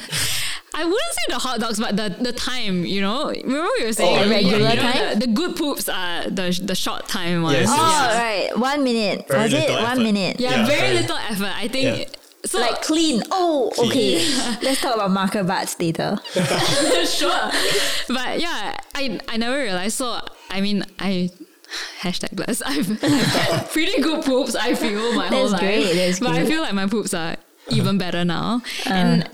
[SPEAKER 1] I wouldn't say the hot dogs, but the, the time, you know. Remember we were saying
[SPEAKER 5] Oh,
[SPEAKER 1] you know,
[SPEAKER 3] regular
[SPEAKER 1] the-
[SPEAKER 3] time?
[SPEAKER 1] The, good poops are the the short time ones.
[SPEAKER 5] Yes,
[SPEAKER 1] yeah.
[SPEAKER 5] yes,
[SPEAKER 3] oh right, one minute.
[SPEAKER 5] Very
[SPEAKER 3] was it
[SPEAKER 5] little effort.
[SPEAKER 3] one minute?
[SPEAKER 1] Yeah,
[SPEAKER 5] Yeah,
[SPEAKER 1] very
[SPEAKER 5] very-
[SPEAKER 1] little effort. I think
[SPEAKER 5] Yeah.
[SPEAKER 1] so.
[SPEAKER 3] Like
[SPEAKER 1] Like
[SPEAKER 3] clean. Oh,
[SPEAKER 5] Clean.
[SPEAKER 3] okay. Let's talk about marker butts later.
[SPEAKER 1] sure, but yeah, I I never realized. So I mean, I. Hashtag blessed. I've, I've had pretty good poops. I feel my whole
[SPEAKER 3] That's
[SPEAKER 1] life,
[SPEAKER 3] great, that's
[SPEAKER 1] but I
[SPEAKER 3] great. Uh.
[SPEAKER 1] feel like my poops are even better now. and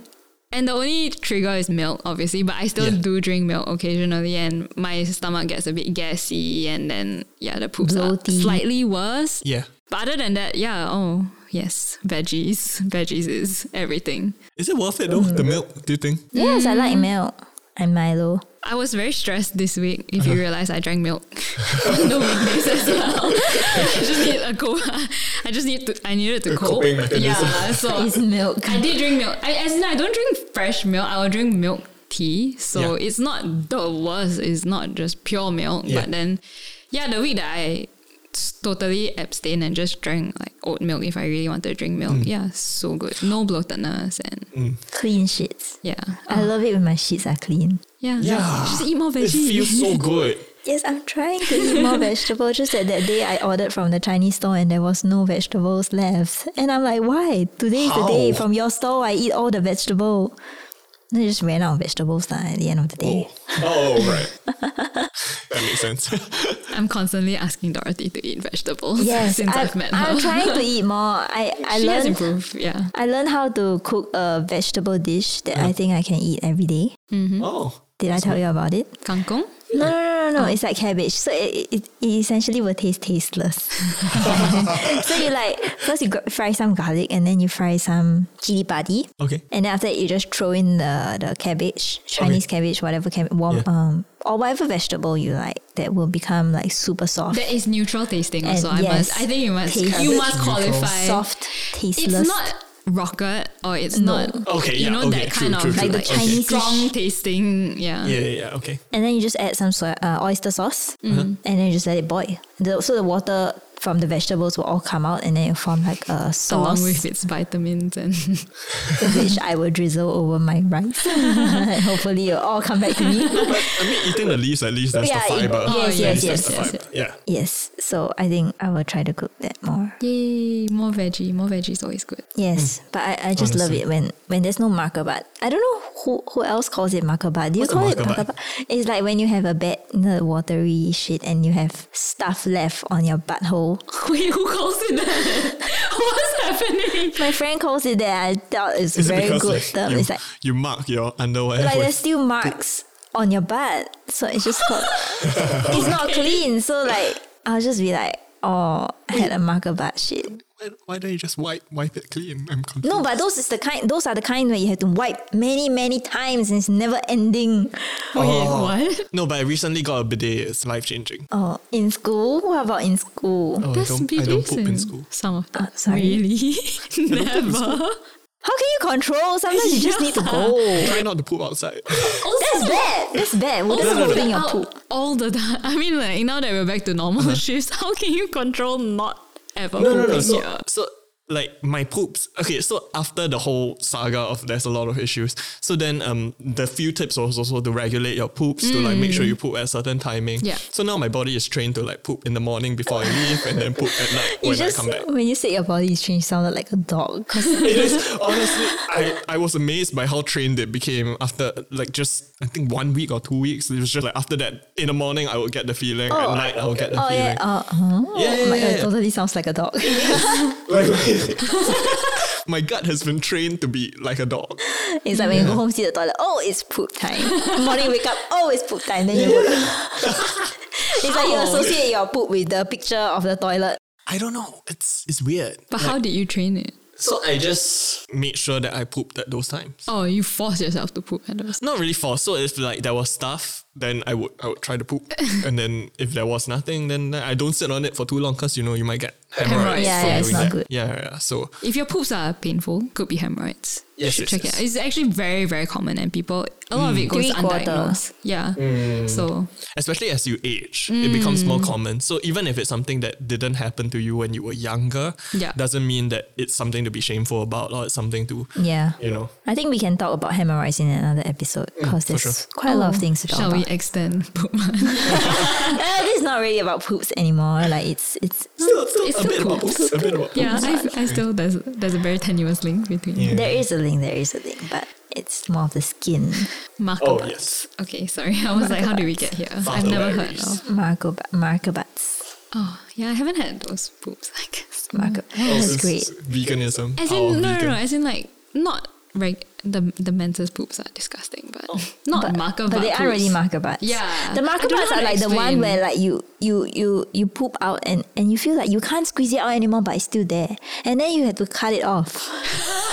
[SPEAKER 1] and the only trigger is milk, obviously. But I still
[SPEAKER 5] Yeah.
[SPEAKER 1] do drink milk occasionally, and my stomach gets a bit gassy, and then yeah, the poops
[SPEAKER 3] Bloaty.
[SPEAKER 1] are slightly worse.
[SPEAKER 5] yeah.
[SPEAKER 1] But other than that, yeah. Oh yes, veggies. Veggies is everything.
[SPEAKER 5] Is it worth it though? The milk, do you think?
[SPEAKER 1] Mm-hmm.
[SPEAKER 3] Yes, I like milk and Milo.
[SPEAKER 1] I was very stressed this week. If
[SPEAKER 5] Uh-huh.
[SPEAKER 1] you realize, I drank milk on the weekdays as well. I just need a cope. I just need to. I needed to cope.
[SPEAKER 5] coping mechanism.
[SPEAKER 1] Yeah, so
[SPEAKER 3] It's milk.
[SPEAKER 1] Oh. I did drink milk. I, as in, I don't drink fresh milk. I will drink milk tea. So
[SPEAKER 5] Yeah.
[SPEAKER 1] it's not the worst. It's not just pure milk.
[SPEAKER 5] Yeah.
[SPEAKER 1] But then, yeah, the week that I s- totally abstained and just drank like oat milk if I really wanted to drink
[SPEAKER 5] Mm.
[SPEAKER 1] milk. Yeah, so good. No bloatedness and
[SPEAKER 3] Clean sheets.
[SPEAKER 1] yeah,
[SPEAKER 3] I love it when my sheets are clean.
[SPEAKER 1] yeah.
[SPEAKER 5] Yeah.
[SPEAKER 1] Just eat more
[SPEAKER 5] It
[SPEAKER 1] veggies.
[SPEAKER 5] feels so good.
[SPEAKER 3] Yes, I'm trying to eat more vegetables. Just that that day I ordered from the Chinese store and there was no vegetables left. And I'm like, why? Today is the day
[SPEAKER 5] How?
[SPEAKER 3] from your store I eat all the vegetable. Then I just ran out of vegetables lah, at the end of the day.
[SPEAKER 5] Oh, oh right. that makes sense.
[SPEAKER 1] I'm constantly asking Dorothy to eat vegetables
[SPEAKER 3] Yes,
[SPEAKER 1] Oh. since
[SPEAKER 3] I,
[SPEAKER 1] I've, met her.
[SPEAKER 3] am trying to eat more. I, I
[SPEAKER 1] she has
[SPEAKER 3] learned
[SPEAKER 1] improved. Yeah.
[SPEAKER 3] I learned how to cook a vegetable dish that I think I can eat every day.
[SPEAKER 5] Oh.
[SPEAKER 3] Did I tell you about it?
[SPEAKER 1] Kangkong.
[SPEAKER 3] No, no, no, no, no. It's like cabbage. So it, it, it essentially will taste tasteless. so you like, first you gr- fry some garlic and then you fry some chili padi.
[SPEAKER 5] Okay.
[SPEAKER 3] And then after that, you just throw in the, the cabbage, Chinese cabbage, whatever cabbage, warm,
[SPEAKER 5] Yeah.
[SPEAKER 3] um, or whatever vegetable you like that will become like super soft.
[SPEAKER 1] That is neutral tasting.
[SPEAKER 3] And
[SPEAKER 1] Also, I
[SPEAKER 3] yes,
[SPEAKER 1] must. I think you must.
[SPEAKER 3] taste
[SPEAKER 1] You must
[SPEAKER 5] neutral.
[SPEAKER 1] qualify.
[SPEAKER 3] soft,
[SPEAKER 1] It's
[SPEAKER 3] tasteless.
[SPEAKER 1] not rocket or it's
[SPEAKER 3] No.
[SPEAKER 1] not.
[SPEAKER 5] Okay,
[SPEAKER 1] You
[SPEAKER 5] yeah,
[SPEAKER 1] know
[SPEAKER 5] okay,
[SPEAKER 1] that
[SPEAKER 5] true,
[SPEAKER 1] kind
[SPEAKER 5] true,
[SPEAKER 1] of
[SPEAKER 5] true.
[SPEAKER 1] like
[SPEAKER 3] Like the Chinese
[SPEAKER 1] strong tasting. Yeah.
[SPEAKER 5] Yeah, yeah, yeah. Okay.
[SPEAKER 3] and then you just add some soy, uh, oyster sauce and then you just let it boil. The, so the water from the vegetables will all come out and then it form like a sauce.
[SPEAKER 1] Along with its vitamins and
[SPEAKER 3] which I will drizzle over my rice. and hopefully it'll all come back to me.
[SPEAKER 5] But I mean, eating the leaves at least that's
[SPEAKER 3] Yeah,
[SPEAKER 5] the
[SPEAKER 3] it-
[SPEAKER 5] fiber.
[SPEAKER 1] Oh,
[SPEAKER 3] yes,
[SPEAKER 1] yes,
[SPEAKER 3] yes,
[SPEAKER 1] yes,
[SPEAKER 3] yes,
[SPEAKER 5] the
[SPEAKER 1] yes,
[SPEAKER 5] fiber. Yeah.
[SPEAKER 3] yes. So I think I will try to cook that more.
[SPEAKER 1] yay, more veggie, more veggie is always good.
[SPEAKER 3] Yes, but I, I just love
[SPEAKER 5] Mm. Honestly.
[SPEAKER 3] it when, when there's no marker but I don't know who, who else calls it marker but. Do you
[SPEAKER 5] What's a
[SPEAKER 3] call it
[SPEAKER 5] marker
[SPEAKER 3] marker
[SPEAKER 5] bud?
[SPEAKER 3] but? It's like when you have a bad, you know, watery shit and you have stuff left on your butthole.
[SPEAKER 1] Wait, who calls it that? What's happening?
[SPEAKER 3] My friend calls it that. I thought it's
[SPEAKER 5] Is it
[SPEAKER 3] very
[SPEAKER 5] because,
[SPEAKER 3] good
[SPEAKER 5] like,
[SPEAKER 3] term.
[SPEAKER 5] You,
[SPEAKER 3] it's like
[SPEAKER 5] you mark your underwear.
[SPEAKER 3] like there's
[SPEAKER 5] with,
[SPEAKER 3] still marks on your butt, so it's just called it's not clean. So like I'll just be like, or had a marker butt shit.
[SPEAKER 5] Why, why don't you just wipe wipe it clean? I'm confused.
[SPEAKER 3] No, but those is the kind. Those are the kind where you have to wipe many, many times and it's never ending.
[SPEAKER 1] what?
[SPEAKER 5] No, but Oh. I recently got a bidet. It's life changing.
[SPEAKER 3] Oh, in school? What about in school? Oh,
[SPEAKER 5] Oh,
[SPEAKER 1] That's
[SPEAKER 5] I don't, I don't poop in
[SPEAKER 1] BDSM.
[SPEAKER 5] school.
[SPEAKER 1] Some of them.
[SPEAKER 3] sorry.
[SPEAKER 1] Really? Never.
[SPEAKER 3] How can you control? Sometimes you just need to go.
[SPEAKER 5] Try not to poop outside.
[SPEAKER 3] That's bad. That's bad. Well, that's
[SPEAKER 1] Also,
[SPEAKER 3] holding your
[SPEAKER 1] out
[SPEAKER 3] poop.
[SPEAKER 1] all the time. I mean, like now that we're back to normal
[SPEAKER 5] Uh-huh.
[SPEAKER 1] shifts, how can you control not
[SPEAKER 3] Oh,
[SPEAKER 1] ever pooping
[SPEAKER 5] So,
[SPEAKER 1] here?
[SPEAKER 5] so like my poops. Okay, so after the whole saga of there's a lot of issues. So then um the few tips was also to regulate your poops to like make sure
[SPEAKER 3] Mm.
[SPEAKER 5] you poop at a certain timing.
[SPEAKER 1] Yeah.
[SPEAKER 5] So now my body is trained to like poop in the morning before I leave and then poop at night
[SPEAKER 3] You
[SPEAKER 5] when
[SPEAKER 3] just
[SPEAKER 5] I come back.
[SPEAKER 3] when you say your body is changed, sounded like a dog. 'Cause
[SPEAKER 5] It is honestly I, I was amazed by how trained it became after like just I think one week or two weeks. It was just like after that in the morning I would get the feeling. at night I would get the
[SPEAKER 3] oh
[SPEAKER 5] feeling.
[SPEAKER 3] yeah, uh, oh,
[SPEAKER 5] Yeah, yeah,
[SPEAKER 3] my
[SPEAKER 5] yeah,
[SPEAKER 3] God, it
[SPEAKER 5] yeah.
[SPEAKER 3] totally sounds like a dog.
[SPEAKER 5] My gut has been trained to be like a dog.
[SPEAKER 3] It's like when you go home, see the toilet. Oh, it's poop time. Morning, wake up. Oh, it's poop time. Then you. go. it's like you associate your poop with the picture of the toilet.
[SPEAKER 5] I don't know. It's it's weird.
[SPEAKER 1] But how did you train it?
[SPEAKER 5] So I just made sure that I pooped at those times.
[SPEAKER 1] Oh, you force yourself to poop at those.
[SPEAKER 5] Not really forced. So if like there was stuff, then I would I would try to poop, and then if there was nothing, then I don't sit on it for too long because you know you might get
[SPEAKER 1] Hemorrhoids.
[SPEAKER 5] hemorrhoids.
[SPEAKER 3] Yeah,
[SPEAKER 5] from
[SPEAKER 3] yeah, it's
[SPEAKER 5] doing
[SPEAKER 3] not
[SPEAKER 5] that.
[SPEAKER 3] good.
[SPEAKER 5] Yeah, yeah, yeah. So
[SPEAKER 1] If your poops are painful, could be hemorrhoids. You
[SPEAKER 5] Yes,
[SPEAKER 1] should
[SPEAKER 5] yes,
[SPEAKER 1] check
[SPEAKER 5] yes. Mm.
[SPEAKER 1] it. It's actually very, very common, and people a lot of it goes
[SPEAKER 3] Three quarter.
[SPEAKER 1] undiagnosed. Yeah. So
[SPEAKER 5] especially as you age, it becomes more common. So even if it's something that didn't happen to you when you were younger,
[SPEAKER 1] Yeah.
[SPEAKER 5] doesn't mean that it's something to be shameful about or it's something to
[SPEAKER 3] Yeah. Mm,
[SPEAKER 5] you know.
[SPEAKER 3] I think we can talk about hemorrhoids in another episode because there's
[SPEAKER 5] sure.
[SPEAKER 3] quite a lot of things to talk
[SPEAKER 1] Oh, shall we
[SPEAKER 3] about.
[SPEAKER 1] extend poop?
[SPEAKER 3] Uh, this is not really about poops anymore. Like it's it's
[SPEAKER 5] Still, still
[SPEAKER 1] It's
[SPEAKER 5] a
[SPEAKER 1] still
[SPEAKER 5] bit about
[SPEAKER 1] poops.
[SPEAKER 5] poops, a bit Oh, about
[SPEAKER 1] yeah,
[SPEAKER 5] poops.
[SPEAKER 1] I, I still there's there's a very tenuous link between
[SPEAKER 3] there is a link, there is a link, but it's more of the skin.
[SPEAKER 1] marker
[SPEAKER 5] Oh,
[SPEAKER 1] butts.
[SPEAKER 5] yes.
[SPEAKER 1] Okay, sorry. I was like, how did we get here? I've never heard
[SPEAKER 5] hilarious.
[SPEAKER 1] of.
[SPEAKER 3] Marco marker butts.
[SPEAKER 1] Oh, yeah, I haven't had those poops. I guess.
[SPEAKER 3] Marco oh, that's great.
[SPEAKER 5] Veganism.
[SPEAKER 1] As
[SPEAKER 5] Oh,
[SPEAKER 1] in, no, no,
[SPEAKER 5] vegan.
[SPEAKER 1] no. As in, like, not reg- the the men's poops are disgusting, but not marker.
[SPEAKER 3] Oh. But they
[SPEAKER 1] butt
[SPEAKER 3] are really
[SPEAKER 1] poops.
[SPEAKER 3] marker butts.
[SPEAKER 1] Yeah.
[SPEAKER 3] The
[SPEAKER 1] I
[SPEAKER 3] marker
[SPEAKER 1] don't know
[SPEAKER 3] butts
[SPEAKER 1] how
[SPEAKER 3] are
[SPEAKER 1] to
[SPEAKER 3] like the one
[SPEAKER 1] explain.
[SPEAKER 3] where like you you you you poop out and, and you feel like you can't squeeze it out anymore but it's still there. And then you have to cut it off.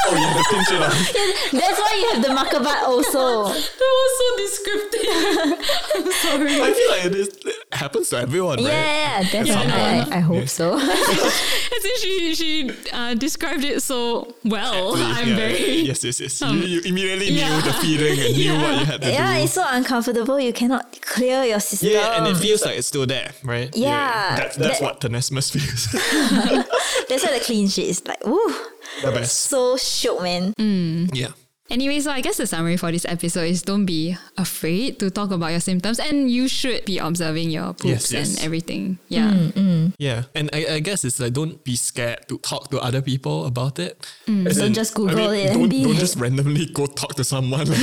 [SPEAKER 5] Oh, yeah, the pinch it off.
[SPEAKER 3] That's why you have the marker butt also.
[SPEAKER 1] That was so descriptive. I'm sorry.
[SPEAKER 5] I feel like it, is, it happens to everyone,
[SPEAKER 3] Yeah,
[SPEAKER 5] right?
[SPEAKER 3] yeah, yeah. That's
[SPEAKER 5] Yeah,
[SPEAKER 3] what
[SPEAKER 5] no,
[SPEAKER 3] I, I, I hope so.
[SPEAKER 1] I think she she uh, described it so well. I'm
[SPEAKER 5] Yeah,
[SPEAKER 1] very um,
[SPEAKER 5] yes, yes, yes. you, you immediately
[SPEAKER 1] yeah.
[SPEAKER 5] knew the feeling and knew what you had to
[SPEAKER 3] yeah,
[SPEAKER 5] do.
[SPEAKER 3] it's so uncomfortable. You cannot clear your system.
[SPEAKER 1] um,
[SPEAKER 5] yeah, and it feels like it's still there, right?
[SPEAKER 3] Yeah,
[SPEAKER 5] That, that's
[SPEAKER 3] that-
[SPEAKER 5] what tenesmus feels.
[SPEAKER 3] That's why the clean shit is like, ooh,
[SPEAKER 5] the best.
[SPEAKER 3] so shook, man.
[SPEAKER 1] Mm,
[SPEAKER 5] Yeah.
[SPEAKER 1] Anyway, so I guess the summary for this episode is don't be afraid to talk about your symptoms and you should be observing your poops
[SPEAKER 5] Yes, yes.
[SPEAKER 1] and everything. Yeah.
[SPEAKER 3] Hmm.
[SPEAKER 5] Yeah. And I, I guess it's like don't be scared to talk to other people about it. As
[SPEAKER 3] Don't
[SPEAKER 5] in-
[SPEAKER 3] Mm. just Google it and
[SPEAKER 5] Don't,
[SPEAKER 3] be-
[SPEAKER 5] don't just randomly go talk to someone like,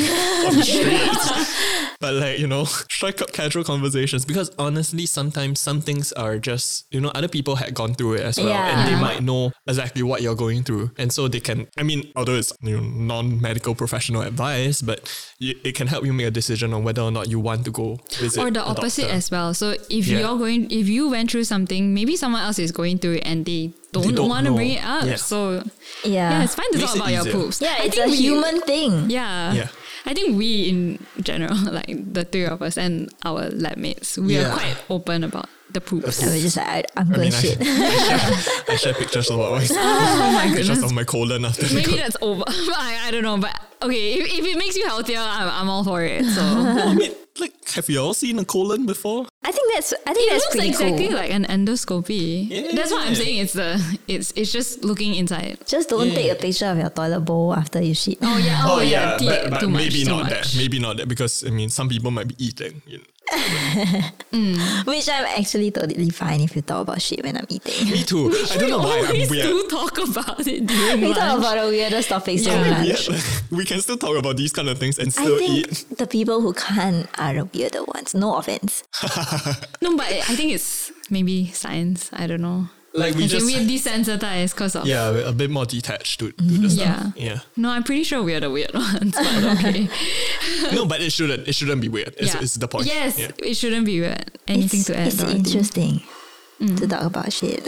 [SPEAKER 5] on the street. but like, you know, strike up casual conversations because honestly, sometimes some things are just, you know, other people had gone through it as well and they
[SPEAKER 3] Yeah.
[SPEAKER 5] might know exactly what you're going through. And so they can, I mean, although it's you know, non-medical professional advice, but y- it can help you make a decision on whether or not you want to go visit
[SPEAKER 1] Or the
[SPEAKER 5] a
[SPEAKER 1] opposite
[SPEAKER 5] doctor.
[SPEAKER 1] as well. So if
[SPEAKER 5] Yeah.
[SPEAKER 1] you're going if you went through something, maybe someone else is going through it and they don't,
[SPEAKER 5] don't
[SPEAKER 1] want to
[SPEAKER 5] know.
[SPEAKER 1] bring it up.
[SPEAKER 5] Yeah.
[SPEAKER 1] So
[SPEAKER 3] Yeah.
[SPEAKER 1] yeah, it's fine to
[SPEAKER 5] Makes
[SPEAKER 1] talk
[SPEAKER 5] it
[SPEAKER 1] about your
[SPEAKER 5] easier.
[SPEAKER 1] poops.
[SPEAKER 3] Yeah,
[SPEAKER 1] I
[SPEAKER 3] it's a
[SPEAKER 1] think we-
[SPEAKER 3] human thing.
[SPEAKER 1] Yeah.
[SPEAKER 5] Yeah.
[SPEAKER 1] I think we in general, like the three of us and our lab mates, we are
[SPEAKER 5] Yeah.
[SPEAKER 1] quite open about the poops.
[SPEAKER 3] I was just like, I, I'm
[SPEAKER 5] I
[SPEAKER 3] going
[SPEAKER 5] mean, I,
[SPEAKER 3] shit.
[SPEAKER 5] I, share, I share pictures of my
[SPEAKER 1] oh my goodness.
[SPEAKER 5] pictures of my colon after the
[SPEAKER 1] Maybe that's over. I, I don't know, but okay, if, if it makes you healthier, I'm, I'm all for it. So
[SPEAKER 5] I mean, like, have you all seen a colon before?
[SPEAKER 3] I think that's I think
[SPEAKER 1] it
[SPEAKER 3] that's
[SPEAKER 1] looks
[SPEAKER 3] pretty
[SPEAKER 1] exactly
[SPEAKER 3] cool.
[SPEAKER 1] like an endoscopy. That's what I'm
[SPEAKER 5] Yeah.
[SPEAKER 1] saying. It's the it's it's just looking inside.
[SPEAKER 3] Just don't take a picture of your toilet bowl after you shit.
[SPEAKER 1] Oh yeah, oh, yeah, tea-
[SPEAKER 5] but, but
[SPEAKER 1] too much,
[SPEAKER 5] maybe
[SPEAKER 1] too
[SPEAKER 5] not
[SPEAKER 1] much.
[SPEAKER 5] that. Maybe not that because I mean, some people might be eating. You know.
[SPEAKER 3] Which I'm actually totally fine if you talk about shit when I'm eating.
[SPEAKER 5] Me too. I don't
[SPEAKER 1] we
[SPEAKER 5] know why I'm
[SPEAKER 1] always
[SPEAKER 5] weird.
[SPEAKER 1] do talk about it during
[SPEAKER 3] we talk
[SPEAKER 1] lunch.
[SPEAKER 3] about the weirdest topics
[SPEAKER 1] Yeah.
[SPEAKER 3] during
[SPEAKER 5] Yeah,
[SPEAKER 3] lunch.
[SPEAKER 5] like, we can still talk about these kind of things and
[SPEAKER 3] I
[SPEAKER 5] still
[SPEAKER 3] think
[SPEAKER 5] eat.
[SPEAKER 3] the people who can't are the weirder ones. No offense.
[SPEAKER 1] No, but I think it's maybe science. I don't know.
[SPEAKER 5] Like
[SPEAKER 1] I
[SPEAKER 5] we
[SPEAKER 1] think
[SPEAKER 5] just,
[SPEAKER 1] we're desensitized because of
[SPEAKER 5] yeah, we're a bit more detached to, to the
[SPEAKER 1] Mm-hmm. yeah.
[SPEAKER 5] stuff. Yeah.
[SPEAKER 1] No, I'm pretty sure we're the weird ones. But okay.
[SPEAKER 5] No, but it shouldn't. It shouldn't be weird. It's,
[SPEAKER 1] yeah.
[SPEAKER 5] it's the point.
[SPEAKER 1] Yes,
[SPEAKER 5] Yeah.
[SPEAKER 1] it shouldn't be weird. Anything
[SPEAKER 3] it's
[SPEAKER 1] to add?
[SPEAKER 3] it's
[SPEAKER 1] Dorothy? Mm.
[SPEAKER 3] interesting. to talk about shit.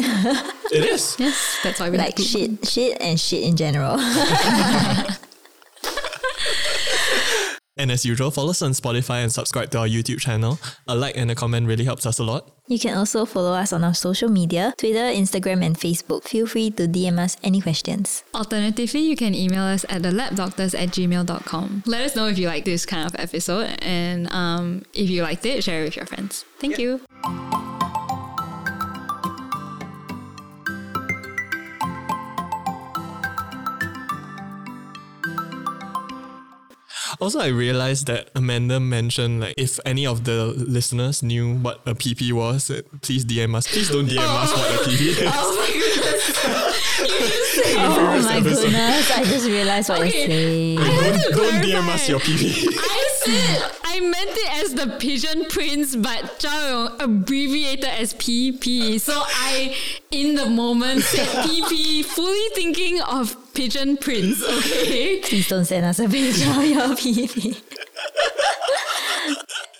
[SPEAKER 5] It is.
[SPEAKER 1] Yes, that's why we
[SPEAKER 3] like
[SPEAKER 1] poop.
[SPEAKER 3] shit, shit, and shit in general.
[SPEAKER 5] And as usual, follow us on Spotify and subscribe to our YouTube channel. A like and a comment really helps us a lot.
[SPEAKER 3] you can also follow us on our social media Twitter, Instagram, and Facebook. Feel free to DM us any questions.
[SPEAKER 1] Alternatively, you can email us at thelabdoctors at gmail.com. Let us know if you like this kind of episode and um, if you liked it, share it with your friends. Thank you.
[SPEAKER 5] Also, I realized that Amanda mentioned like if any of the listeners knew what a PP was, uh, please DM us. Please don't DM us what a PP is.
[SPEAKER 3] Oh my
[SPEAKER 5] episode.
[SPEAKER 3] goodness, I just realized what
[SPEAKER 1] Okay.
[SPEAKER 3] I said.
[SPEAKER 5] Don't, don't DM
[SPEAKER 1] clarify.
[SPEAKER 5] us your PP.
[SPEAKER 1] I said I meant it as the pigeon prince, but Chao Yong abbreviated as PP. So I, in the moment, said PP, fully thinking of pigeon prince. Okay.
[SPEAKER 3] Please don't send us a picture of your pee.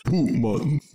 [SPEAKER 5] Poop